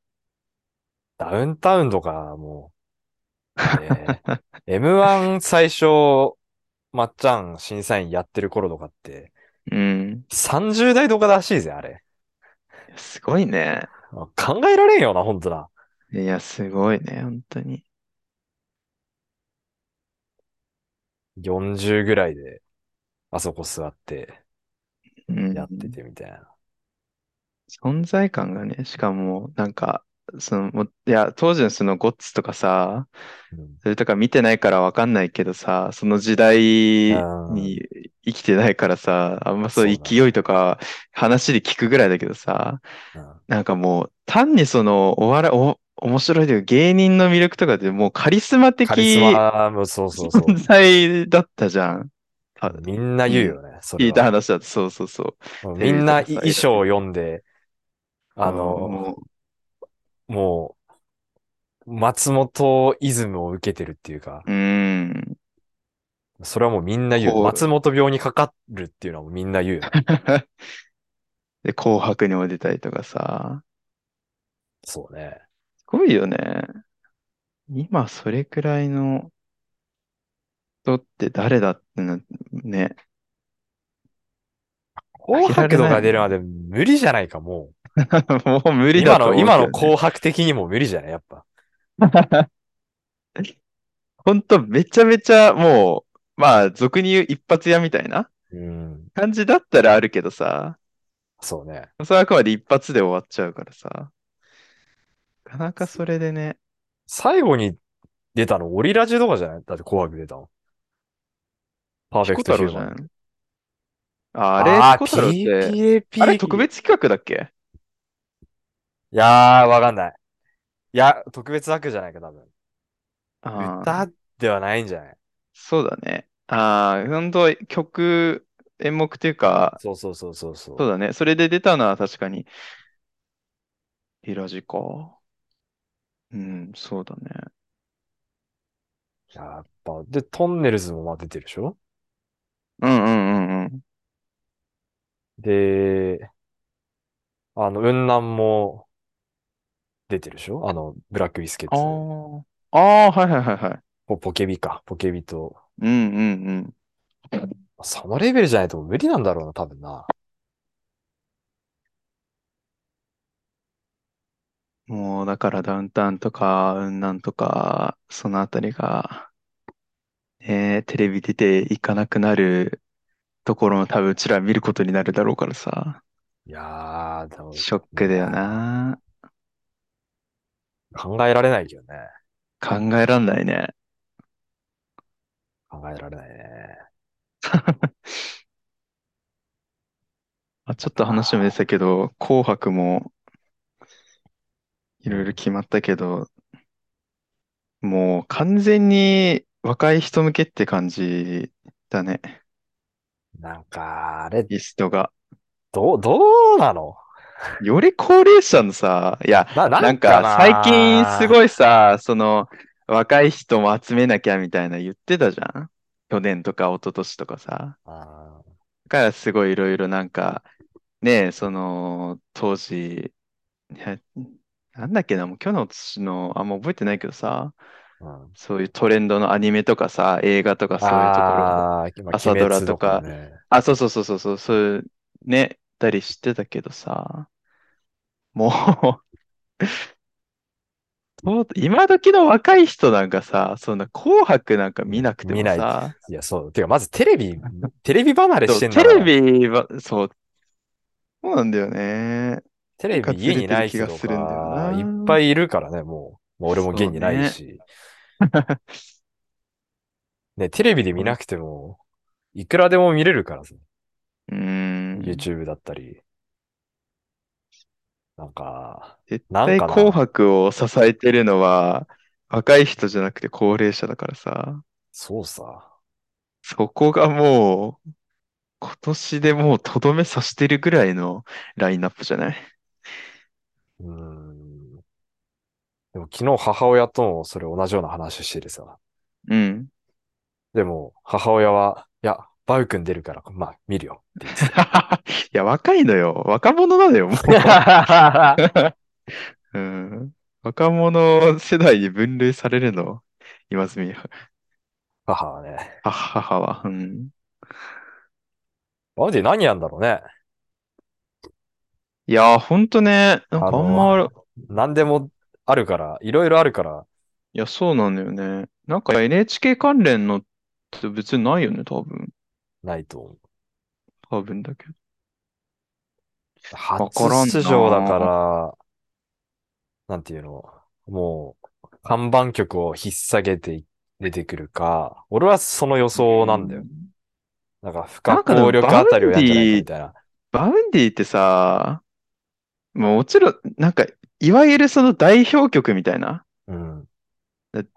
[SPEAKER 1] ダウンタウンとかもう、
[SPEAKER 2] (laughs)
[SPEAKER 1] ね M1 最初、まっちゃん審査員やってる頃とかって、
[SPEAKER 2] うん。
[SPEAKER 1] 30代とからしいぜ、あれ。
[SPEAKER 2] すごいね。
[SPEAKER 1] 考えられんよな、ほんとな。
[SPEAKER 2] いや、すごいね、本当に。
[SPEAKER 1] 40ぐらいで、あそこ座って
[SPEAKER 2] うん
[SPEAKER 1] やっててみたいな。
[SPEAKER 2] 存在感がね、しかも、なんか、その、もういや、当時のそのゴッツとかさ、
[SPEAKER 1] うん
[SPEAKER 2] それとか見てないからわかんないけどさ、その時代に生きてないからさ、あんまそう
[SPEAKER 1] そうだね
[SPEAKER 2] 勢いとか話で聞くぐらいだけどさ、
[SPEAKER 1] うん
[SPEAKER 2] なんかもう単にそのお笑い、お、面白いというか芸人の魅力とかってもうカリスマ的
[SPEAKER 1] カリスマもそうそう
[SPEAKER 2] (laughs)
[SPEAKER 1] そう。
[SPEAKER 2] 存在だったじゃん。あ
[SPEAKER 1] みんな言うよね。それ
[SPEAKER 2] 聞
[SPEAKER 1] はい
[SPEAKER 2] た話だと、そうそうそう。
[SPEAKER 1] もう
[SPEAKER 2] テレ
[SPEAKER 1] み
[SPEAKER 2] ビ
[SPEAKER 1] んな
[SPEAKER 2] とかさ
[SPEAKER 1] 衣装を読んで、あの、
[SPEAKER 2] も
[SPEAKER 1] もう、松本イズムを受けてるっていうか
[SPEAKER 2] う、、うん。
[SPEAKER 1] それはもうみんな言
[SPEAKER 2] こ
[SPEAKER 1] う。
[SPEAKER 2] う
[SPEAKER 1] 松本病にかかるっていうのはもうみんな言うよね。
[SPEAKER 2] (laughs) で、紅白にも出たりとかさ、
[SPEAKER 1] そうね。
[SPEAKER 2] すごいよね。今、それくらいの人って誰だってな、ね。 (laughs)
[SPEAKER 1] 紅白とか
[SPEAKER 2] 開け
[SPEAKER 1] 出る
[SPEAKER 2] ら
[SPEAKER 1] まで無理じゃないか、も
[SPEAKER 2] もう無
[SPEAKER 1] う。
[SPEAKER 2] 理
[SPEAKER 1] 今
[SPEAKER 2] だと
[SPEAKER 1] の、
[SPEAKER 2] 思う
[SPEAKER 1] 今の
[SPEAKER 2] けどね
[SPEAKER 1] 紅白的にも無理じゃないやっぱ。
[SPEAKER 2] ほんと、めちゃめちゃ、もう、まあ、俗に言う一発屋みたいな
[SPEAKER 1] うん。
[SPEAKER 2] 感じだったらあるけどさ、
[SPEAKER 1] そうね。
[SPEAKER 2] それはあくまで一発で終わっちゃうからさ。なかなかそれでね、
[SPEAKER 1] 最後に出たの、オリラジとかじゃないだって紅白出たの。パーフェ
[SPEAKER 2] ピコ
[SPEAKER 1] クト
[SPEAKER 2] 太
[SPEAKER 1] ヒュー
[SPEAKER 2] 郎じ
[SPEAKER 1] マ
[SPEAKER 2] ゃ
[SPEAKER 1] ン
[SPEAKER 2] ない。あ、あれ、ピコ太郎って、
[SPEAKER 1] ー PAP。
[SPEAKER 2] あれ特別企画だっけ
[SPEAKER 1] いやー、わかんない。いや、特別枠じゃないか、多分。
[SPEAKER 2] あー
[SPEAKER 1] 歌ではないんじゃない
[SPEAKER 2] そうだね。ああ、本当曲、演目っていうか、
[SPEAKER 1] そうそうそうそうそう。
[SPEAKER 2] そうだね。それで出たのは確かに、イラジか。うん、そうだね。
[SPEAKER 1] やっぱ、で、トンネルズもまあ出てるでしょ
[SPEAKER 2] うんうんうんうん。
[SPEAKER 1] で、あの、雲南も出てるでしょあの、ブラックビスケッツ。
[SPEAKER 2] ああ。ああ、はいはいはいはい。
[SPEAKER 1] ポポケビか。ポケビと。
[SPEAKER 2] うんうんうん。
[SPEAKER 1] そのレベルじゃないと無理なんだろうな、多分な。
[SPEAKER 2] もう、だからダウンタウンとか、うんなんとか、そのあたりが、ねえ、テレビ出ていかなくなるところも多分うちら見ることになるだろうからさ、
[SPEAKER 1] いやー、でも
[SPEAKER 2] ショックだよな。
[SPEAKER 1] 考えられないけどね。
[SPEAKER 2] 考えらんないね。
[SPEAKER 1] 考えられないね。
[SPEAKER 2] あ、ちょっと話も出てたけど、紅白もいろいろ決まったけど、もう完全に若い人向けって感じだね、
[SPEAKER 1] なんか、あれ、
[SPEAKER 2] リストが。
[SPEAKER 1] どう、どうなの
[SPEAKER 2] より高齢者のさ、いや、
[SPEAKER 1] な、
[SPEAKER 2] なんか最近す
[SPEAKER 1] い。
[SPEAKER 2] ごいさ、その若い人も集めなきゃみたいな言ってたじゃん。去年とか一昨年とかさ。
[SPEAKER 1] あー
[SPEAKER 2] だからすごいいろいろなんか、ねえ、その、当時、いやなんだっけな、もう去年の年の、あんま覚えてないけどさ、
[SPEAKER 1] うん
[SPEAKER 2] そういうトレンドのアニメとかさ、映画とかそういうところ、
[SPEAKER 1] ああー、今、
[SPEAKER 2] 朝ドラとか
[SPEAKER 1] 鬼滅ね
[SPEAKER 2] あ、そうそうそうそうそう、そういう、ね、たりしてたけどさ、もうもう、今時の若い人なんかさ、そんな紅白なんか見なくて
[SPEAKER 1] 見
[SPEAKER 2] も
[SPEAKER 1] ない
[SPEAKER 2] さ、
[SPEAKER 1] いや、そう。てか、まずテレ
[SPEAKER 2] (laughs)
[SPEAKER 1] ビ、テレビ離れ
[SPEAKER 2] そう
[SPEAKER 1] してんだ
[SPEAKER 2] テ
[SPEAKER 1] から
[SPEAKER 2] レビは、そう、そうなんだよね。
[SPEAKER 1] テレビ家にない人
[SPEAKER 2] がするんだよな
[SPEAKER 1] がいっぱいいるからね、もう。もう俺も家にないし。ね、テレビで見なくても、いくらでも見れるからさ。
[SPEAKER 2] うーん。
[SPEAKER 1] YouTube だったり。なんか、
[SPEAKER 2] 絶
[SPEAKER 1] なん
[SPEAKER 2] 対
[SPEAKER 1] かな
[SPEAKER 2] 紅白を支えてるのは若い人じゃなくて高齢者だからさ、
[SPEAKER 1] そうさ。
[SPEAKER 2] そこがもう今年でもうとどめさしてるぐらいのラインナップじゃないう
[SPEAKER 1] ーん。でも昨日母親ともそれ同じような話しててさ。
[SPEAKER 2] うん。 (laughs)
[SPEAKER 1] でも、母親は、いや、バウ君出るから、まあ、見る
[SPEAKER 2] (laughs)
[SPEAKER 1] よ。
[SPEAKER 2] いや、若いのよ。若者なのよ、も
[SPEAKER 1] (laughs)
[SPEAKER 2] う。うん。若者世代に分類されるの、今住
[SPEAKER 1] 母はね。
[SPEAKER 2] は母は。うん。
[SPEAKER 1] マジで何やんだろうね。
[SPEAKER 2] いや、ほんとね、なんかあんま
[SPEAKER 1] あの何でもあるから、いろいろあるから、
[SPEAKER 2] いや、そうなんだよね。なんか NHK 関連のって別にないよね、多分。
[SPEAKER 1] ないと思う。
[SPEAKER 2] 多分だけど。
[SPEAKER 1] 初
[SPEAKER 2] からんな
[SPEAKER 1] 出場だから、なんていうの、もう、看板曲を引っ提げて出てくるか、俺はその予想なんだよ。。なんか、不可抗力あたりをやってないかみたいな。
[SPEAKER 2] バウンディってさ、もうもちろん、なんか、いわゆるその代表曲みたいな。
[SPEAKER 1] うん。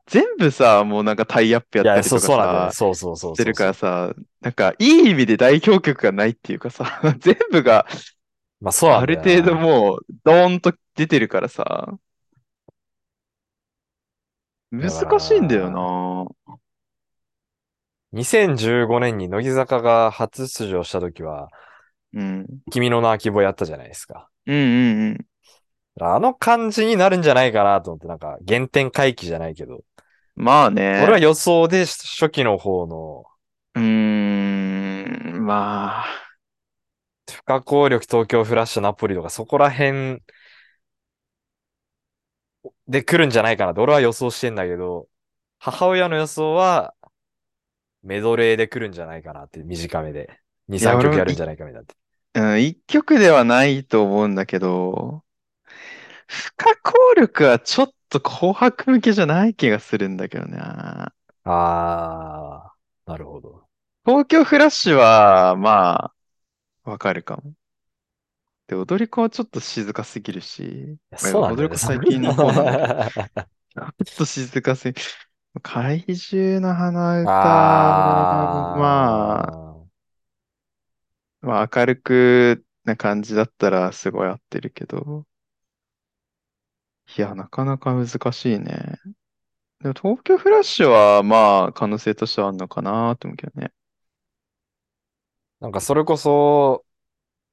[SPEAKER 2] 全部さ、もうなんかタイアップや
[SPEAKER 1] い
[SPEAKER 2] った
[SPEAKER 1] や、
[SPEAKER 2] り
[SPEAKER 1] そ
[SPEAKER 2] と
[SPEAKER 1] う、
[SPEAKER 2] か
[SPEAKER 1] そうなんだよね。
[SPEAKER 2] さ、
[SPEAKER 1] そうそうそうそう。
[SPEAKER 2] してるからさ、なんかいい意味で代表曲がないっていうかさ、 (laughs) 全部が
[SPEAKER 1] まあ、そうな
[SPEAKER 2] あ
[SPEAKER 1] んだ
[SPEAKER 2] る
[SPEAKER 1] よな
[SPEAKER 2] 程度もうドーンと出てるからさ、難しいんだよな。
[SPEAKER 1] 2015年に乃木坂が初出場した時は、
[SPEAKER 2] うん。
[SPEAKER 1] 君の名は希望やったじゃないですか。
[SPEAKER 2] うんうんうん。
[SPEAKER 1] あの感じになるんじゃないかなと思って、なんか原点回帰じゃないけど。
[SPEAKER 2] まあね。
[SPEAKER 1] 俺は予想で初期の方の
[SPEAKER 2] うーん、まあ、
[SPEAKER 1] 不可抗力東京フラッシュナポリとかそこら辺で来るんじゃないかなって俺は予想してんだけど、母親の予想はメドレーで来るんじゃないかなって短めで。2、
[SPEAKER 2] いや
[SPEAKER 1] 3
[SPEAKER 2] 俺も
[SPEAKER 1] 曲やるんじゃないかみたいなって。
[SPEAKER 2] うん、一曲ではないと思うんだけど、不可抗力はちょっと紅白向けじゃない気がするんだけどな。
[SPEAKER 1] あー、なるほど。
[SPEAKER 2] 東京フラッシュは、まあ、わかるかも。で、踊り子はちょっと静かすぎるし、
[SPEAKER 1] いやそうなんだよ、ね、
[SPEAKER 2] 踊り子最近の (laughs) 方なんだけど
[SPEAKER 1] の
[SPEAKER 2] ちょっと静
[SPEAKER 1] (laughs)
[SPEAKER 2] かすぎ、怪獣の花歌、
[SPEAKER 1] あー
[SPEAKER 2] まあ、まあ、明るくな感じだったらすごい合ってるけど。いや、なかなか難しいね。でも東京フラッシュはまあ可能性としてはあるのかなと思うけどね。
[SPEAKER 1] なんかそれこそ、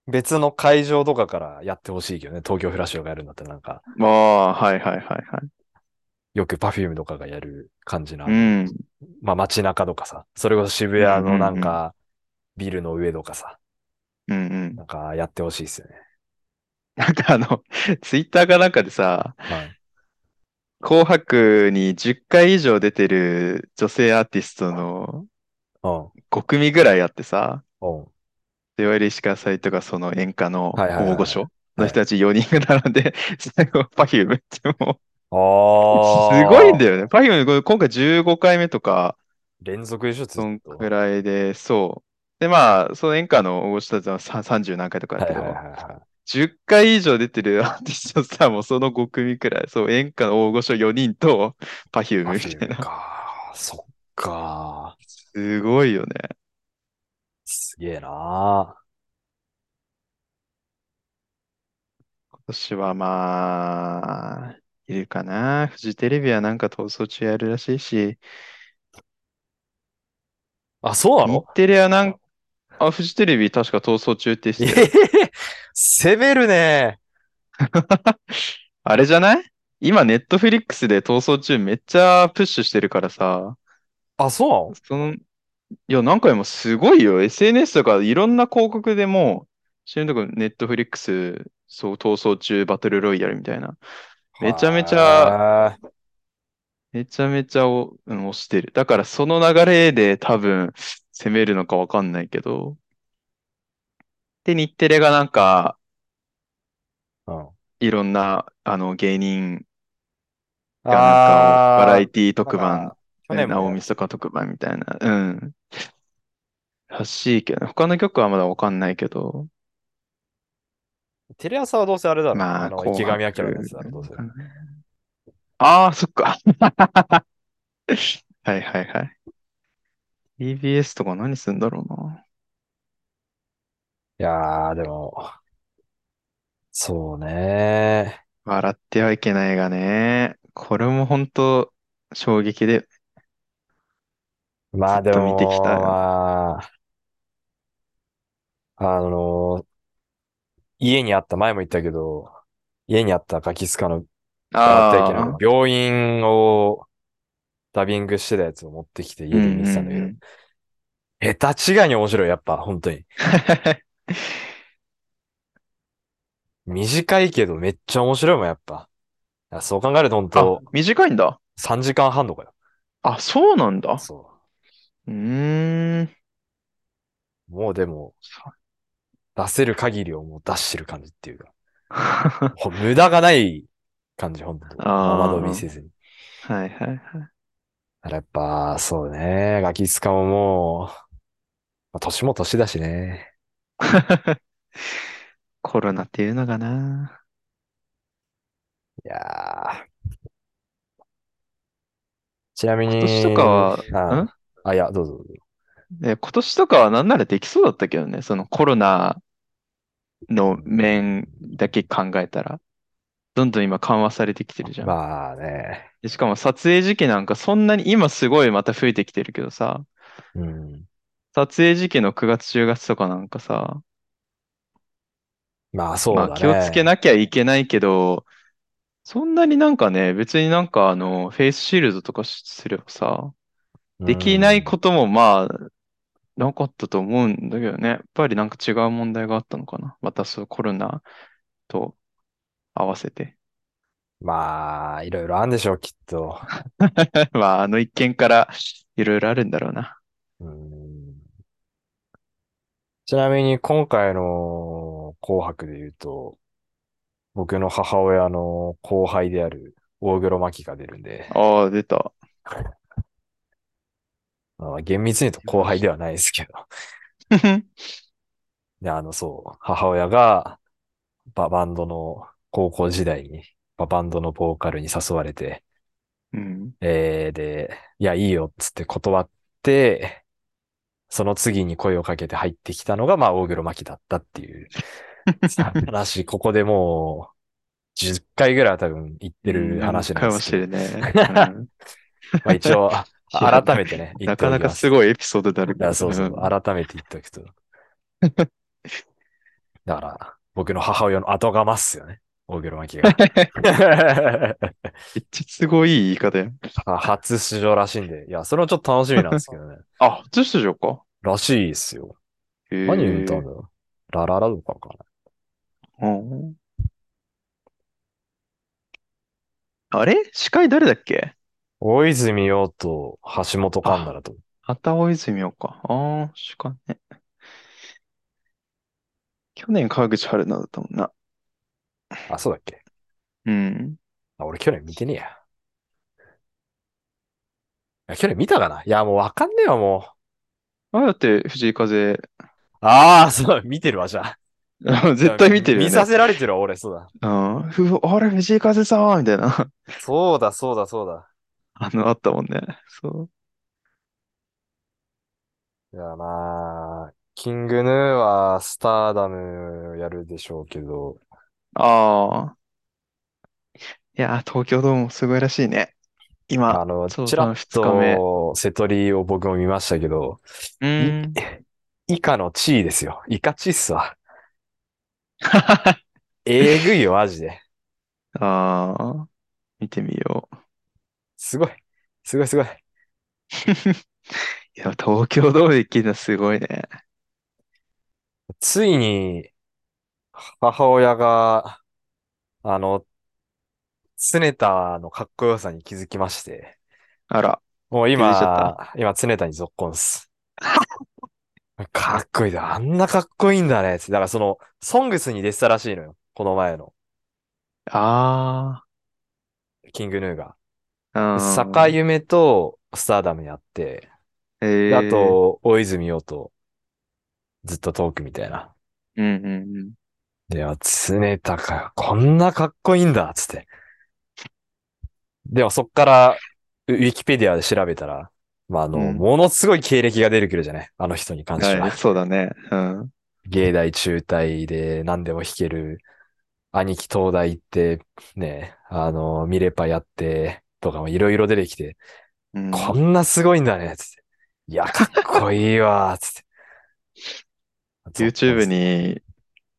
[SPEAKER 1] 別の会場とかからやってほしいけどね、東京フラッシュがやるんだったらなんか、
[SPEAKER 2] まあ、はいはいはいはい。
[SPEAKER 1] よく Perfume とかがやる感じな、
[SPEAKER 2] うん。
[SPEAKER 1] まあ街中とかさ、それこそ渋谷のなん
[SPEAKER 2] うん
[SPEAKER 1] か、ビルの上とかさ、
[SPEAKER 2] うんうん。 (laughs)
[SPEAKER 1] なんかやってほしいですよね。
[SPEAKER 2] なんかあの、ツイッターかなんかでさ、
[SPEAKER 1] はい、
[SPEAKER 2] 紅白に10回以上出てる女性アーティストの
[SPEAKER 1] うん、
[SPEAKER 2] 5組ぐらいあってさ、
[SPEAKER 1] うん。
[SPEAKER 2] いわゆる石川さゆりとかその演歌の
[SPEAKER 1] はいはいはい
[SPEAKER 2] 大御所の人たち4人が並んで、 (laughs) 最後 Perfume ってもう、
[SPEAKER 1] あ
[SPEAKER 2] すごいんだ
[SPEAKER 1] よ。
[SPEAKER 2] よね。Perfume 今回15回目とか、
[SPEAKER 1] 連続でしょ、ずっ
[SPEAKER 2] そん
[SPEAKER 1] と。
[SPEAKER 2] くらいで、そう。で、まあ、その演歌の大御所たちはさ30何回とかだ
[SPEAKER 1] はい
[SPEAKER 2] け
[SPEAKER 1] はいはい
[SPEAKER 2] ど、
[SPEAKER 1] は
[SPEAKER 2] 10回以上出てる (laughs) アーティストさ、もうその5組くらい、そう、演歌の大御所4人と
[SPEAKER 1] い。
[SPEAKER 2] Perfume みたい
[SPEAKER 1] Perfume
[SPEAKER 2] な。
[SPEAKER 1] か。そっか。
[SPEAKER 2] すごいよね。
[SPEAKER 1] すげえな。
[SPEAKER 2] 今年はまあ、いるかな。フジテレビはなんか逃走中やるらしいし、
[SPEAKER 1] あ、そうなの
[SPEAKER 2] 日テレはなんあ、フジテレビ確か逃走中ってし
[SPEAKER 1] え
[SPEAKER 2] て
[SPEAKER 1] え
[SPEAKER 2] たよ
[SPEAKER 1] 攻めるね。
[SPEAKER 2] あれじゃない今、ネットフリックスで逃走中めっちゃプッシュしてるからさ、
[SPEAKER 1] あ、そうなの
[SPEAKER 2] その、いや、なんか今すごいよ。SNS とかいろんな広告でもう、知るとこネットフリックス、そう、逃走中バトルロイヤルみたいな。めちゃめちゃ、
[SPEAKER 1] ゃ。
[SPEAKER 2] めちゃめちゃお、うん、推してる。だからその流れで多分攻めるのかわかんないけど。で、日テレがなんか、
[SPEAKER 1] うん。
[SPEAKER 2] いろんな、あの、芸人がなんか
[SPEAKER 1] あ
[SPEAKER 2] を、
[SPEAKER 1] ー
[SPEAKER 2] バラエティ特番、。
[SPEAKER 1] 去年も
[SPEAKER 2] 大晦日特番みたいな、うん。らしいけど、他の曲はまだわかんないけど、
[SPEAKER 1] テレ朝はどうせあれだろ。
[SPEAKER 2] まあ、
[SPEAKER 1] あの、
[SPEAKER 2] 紅
[SPEAKER 1] 池上彰
[SPEAKER 2] 白
[SPEAKER 1] のやつだろ、どうせ。
[SPEAKER 2] ああ、そっか。 (laughs) はいはいはい。TBS とか何すんだろうな。
[SPEAKER 1] いやー、でも、そうね。
[SPEAKER 2] 笑ってはいけないがね。これも本当衝撃で、
[SPEAKER 1] まあで
[SPEAKER 2] ずっと
[SPEAKER 1] も、
[SPEAKER 2] 見てきたよ
[SPEAKER 1] まあ、あのー家にあった、前も言ったけど、家にあったガキスカの
[SPEAKER 2] あ
[SPEAKER 1] 笑ってはいけ
[SPEAKER 2] あ
[SPEAKER 1] ないの病院をダビングしてたやつを持ってきて家で見てたんだけ
[SPEAKER 2] う
[SPEAKER 1] ど
[SPEAKER 2] ん (laughs) うんうん、
[SPEAKER 1] 下手違いに面白い、やっぱ、本当に。短いけどめっちゃ面白いもん、やっぱ。いやそう考えると本
[SPEAKER 2] あ
[SPEAKER 1] 当、
[SPEAKER 2] 短いんだ。
[SPEAKER 1] 3時間半とかよ。
[SPEAKER 2] あ、そうなんだ。
[SPEAKER 1] そ
[SPEAKER 2] うーん。
[SPEAKER 1] もうでも、出せる限りをもう出してる感じっていう (laughs) か、
[SPEAKER 2] は
[SPEAKER 1] ほ無駄がない感じ、本当に。
[SPEAKER 2] あー
[SPEAKER 1] 生伸びせずに。
[SPEAKER 2] いはいはい。
[SPEAKER 1] だからやっぱ、そうね、ガキ使ももう、まあ、年も年だしね。
[SPEAKER 2] コロナっていうのがな。
[SPEAKER 1] いやーちなみに、
[SPEAKER 2] 今年とかは
[SPEAKER 1] あ
[SPEAKER 2] ん
[SPEAKER 1] あ、いや、どうぞ。
[SPEAKER 2] え、今年とかはなんならできそうだったけどね、そのコロナの面だけ考えたら、どんどん今緩和されてきてるじゃん。
[SPEAKER 1] まあね。
[SPEAKER 2] でしかも撮影時期なんかそんなに今すごいまた増えてきてるけどさ、
[SPEAKER 1] うん。
[SPEAKER 2] 撮影時期の9月10月とかなんかさ、
[SPEAKER 1] まあそう
[SPEAKER 2] ま
[SPEAKER 1] だ
[SPEAKER 2] あ
[SPEAKER 1] ね。
[SPEAKER 2] 気をつけなきゃいけないけど、そんなになんかね、別になんかあの、フェイスシールドとかしすればさ、できないこともまあ、なかったと思うんだけどね。やっぱりなんか違う問題があったのかな。またそうコロナと合わせて。 (laughs)
[SPEAKER 1] うんまあ、いろいろあるんでしょう、きっと。
[SPEAKER 2] まあ、あの一件からいろいろあるんだろうな。
[SPEAKER 1] うんちなみに今回の紅白で言うと、僕の母親の後輩である大黒摩季が出るんで、
[SPEAKER 2] ああ、出た。 (laughs)
[SPEAKER 1] まあ厳密に言うと後輩ではないですけど。で、あの、そう、母親が、バ、バンドの、高校時代に、バ、バンドのボーカルに誘われて、
[SPEAKER 2] うん。
[SPEAKER 1] えー、で、いや、いいよ、っつって断って、その次に声をかけて入ってきたのが、まあ、大黒摩季だったって
[SPEAKER 2] (laughs)
[SPEAKER 1] いう、話、ここでもう、10回ぐらいは多分言ってる話なんですけど、
[SPEAKER 2] かもしれない。うん
[SPEAKER 1] まあ一応、あ
[SPEAKER 2] (laughs) いや
[SPEAKER 1] (laughs) 改めてね、言
[SPEAKER 2] な
[SPEAKER 1] ってお
[SPEAKER 2] か
[SPEAKER 1] き
[SPEAKER 2] なか
[SPEAKER 1] ます
[SPEAKER 2] ごいエピソードだる
[SPEAKER 1] いや、そうそう、
[SPEAKER 2] ん
[SPEAKER 1] 改めて言っておく (laughs) と。だから、僕の母親の後釜っすよね。大黒摩季が。 (laughs)
[SPEAKER 2] めっちゃすごいいい言い方や。
[SPEAKER 1] あ初出場らしいんで。いや、それはちょっと楽しみなんですけど (laughs) ね。
[SPEAKER 2] あ、初出場か。
[SPEAKER 1] らしいですよ。
[SPEAKER 2] へえ
[SPEAKER 1] 何歌うんだろうラララとかかな。
[SPEAKER 2] うんあれ司会誰だっけ
[SPEAKER 1] 大泉洋と橋本環奈だと。
[SPEAKER 2] 畑大泉洋か。ああ、しかね。去年川口春奈だったもんな。
[SPEAKER 1] あ、そうだっけ
[SPEAKER 2] うん。
[SPEAKER 1] あ俺去年見てねえや。いや去年見たかないや、もうわかんねえわ、もう。
[SPEAKER 2] あだって藤井風、
[SPEAKER 1] ああ、そう、見てるわ、じゃあ。
[SPEAKER 2] (laughs) 絶対見てるよね。
[SPEAKER 1] (laughs) 見させられてるわ、俺、そうだ。
[SPEAKER 2] うん。ふあれ、藤井風さんみたいな。 (laughs)
[SPEAKER 1] そうだ、そうだ、そうだ。
[SPEAKER 2] あの、あったもんね。そう。
[SPEAKER 1] いや、まあ、キングヌーはスターダムやるでしょうけど、
[SPEAKER 2] ああ。いやー、東京ドームすごいらしいね。今。
[SPEAKER 1] あの、
[SPEAKER 2] そう
[SPEAKER 1] ちらっ
[SPEAKER 2] その二日目
[SPEAKER 1] とセトリを僕も見ましたけど、
[SPEAKER 2] うん。
[SPEAKER 1] (laughs) 以下の地位ですよ。イカチっすわ。えぐいよ、マジで。
[SPEAKER 2] (laughs) ああ。見てみよう。
[SPEAKER 1] すごい。すごいすごい。
[SPEAKER 2] いや、東京ドームできるのすごいね。
[SPEAKER 1] ついに、母親が、あの、ツネタのかっこよさに気づきまして、
[SPEAKER 2] あら。
[SPEAKER 1] もう
[SPEAKER 2] 気づいち
[SPEAKER 1] 今、今ツネタに続婚っす。 (laughs) かっこいいだ。あんなかっこいいんだね。つってだからその、ソングスに出てたらしいのよ。この前の、
[SPEAKER 2] あ
[SPEAKER 1] キングヌーが。
[SPEAKER 2] あ。うん。
[SPEAKER 1] 坂夢とスターダムにあって、であ
[SPEAKER 2] えー、
[SPEAKER 1] と、大泉洋と、ずっとトークみたいな。
[SPEAKER 2] うんうんうん。
[SPEAKER 1] では、常ねたか、こんなかっこいいんだ、つって。でも、そっから、ウウィキペディアで調べたら、まあ、あの、
[SPEAKER 2] うん
[SPEAKER 1] ものすごい経歴が出てくるじゃないあの人に関して
[SPEAKER 2] は、。
[SPEAKER 1] はい
[SPEAKER 2] そうだね。うん。
[SPEAKER 1] 芸大、中大で何でも弾ける。兄貴東大行って、ね、あの、ミレパやって、とかもいろいろ出てきて、
[SPEAKER 2] うん、
[SPEAKER 1] こんなすごいんだね、つって。いや、かっこいいわ、 (laughs) つって。
[SPEAKER 2] YouTube に、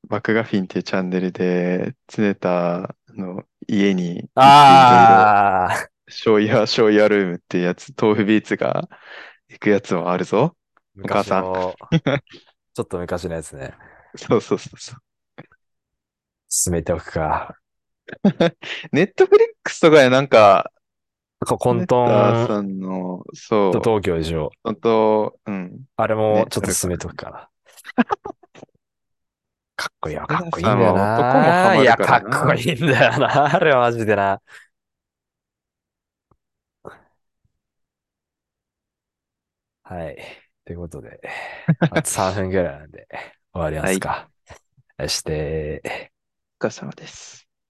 [SPEAKER 2] バクガフィンっていうチャンネルで、常田の家に、
[SPEAKER 1] ああ、
[SPEAKER 2] いろいろ、醤油屋、 (laughs) 醤油屋ルームっていうやつ、豆腐ビーツが行くやつもあるぞ。お母
[SPEAKER 1] 昔
[SPEAKER 2] さん
[SPEAKER 1] の、 (laughs) ちょっと昔のやつね。
[SPEAKER 2] そうそうそうそう。
[SPEAKER 1] 進めておくか。
[SPEAKER 2] ネットフリックスとかでなんか、
[SPEAKER 1] こコント
[SPEAKER 2] ネタ
[SPEAKER 1] ン
[SPEAKER 2] さんの、そう
[SPEAKER 1] と、東京でしょ。
[SPEAKER 2] 本当、うん。
[SPEAKER 1] あれも
[SPEAKER 2] ね
[SPEAKER 1] ちょっと進めとくから。 (laughs) かっこいいわ、
[SPEAKER 2] それ
[SPEAKER 1] か
[SPEAKER 2] は
[SPEAKER 1] っこいいんだよ
[SPEAKER 2] さ男もハマ
[SPEAKER 1] な。い
[SPEAKER 2] る
[SPEAKER 1] や、
[SPEAKER 2] から
[SPEAKER 1] か
[SPEAKER 2] な
[SPEAKER 1] っこいいんだよな。あれはマジでな。はい。ということで、あと3分ぐらいなんで終わりますか。して
[SPEAKER 2] お疲れ様です。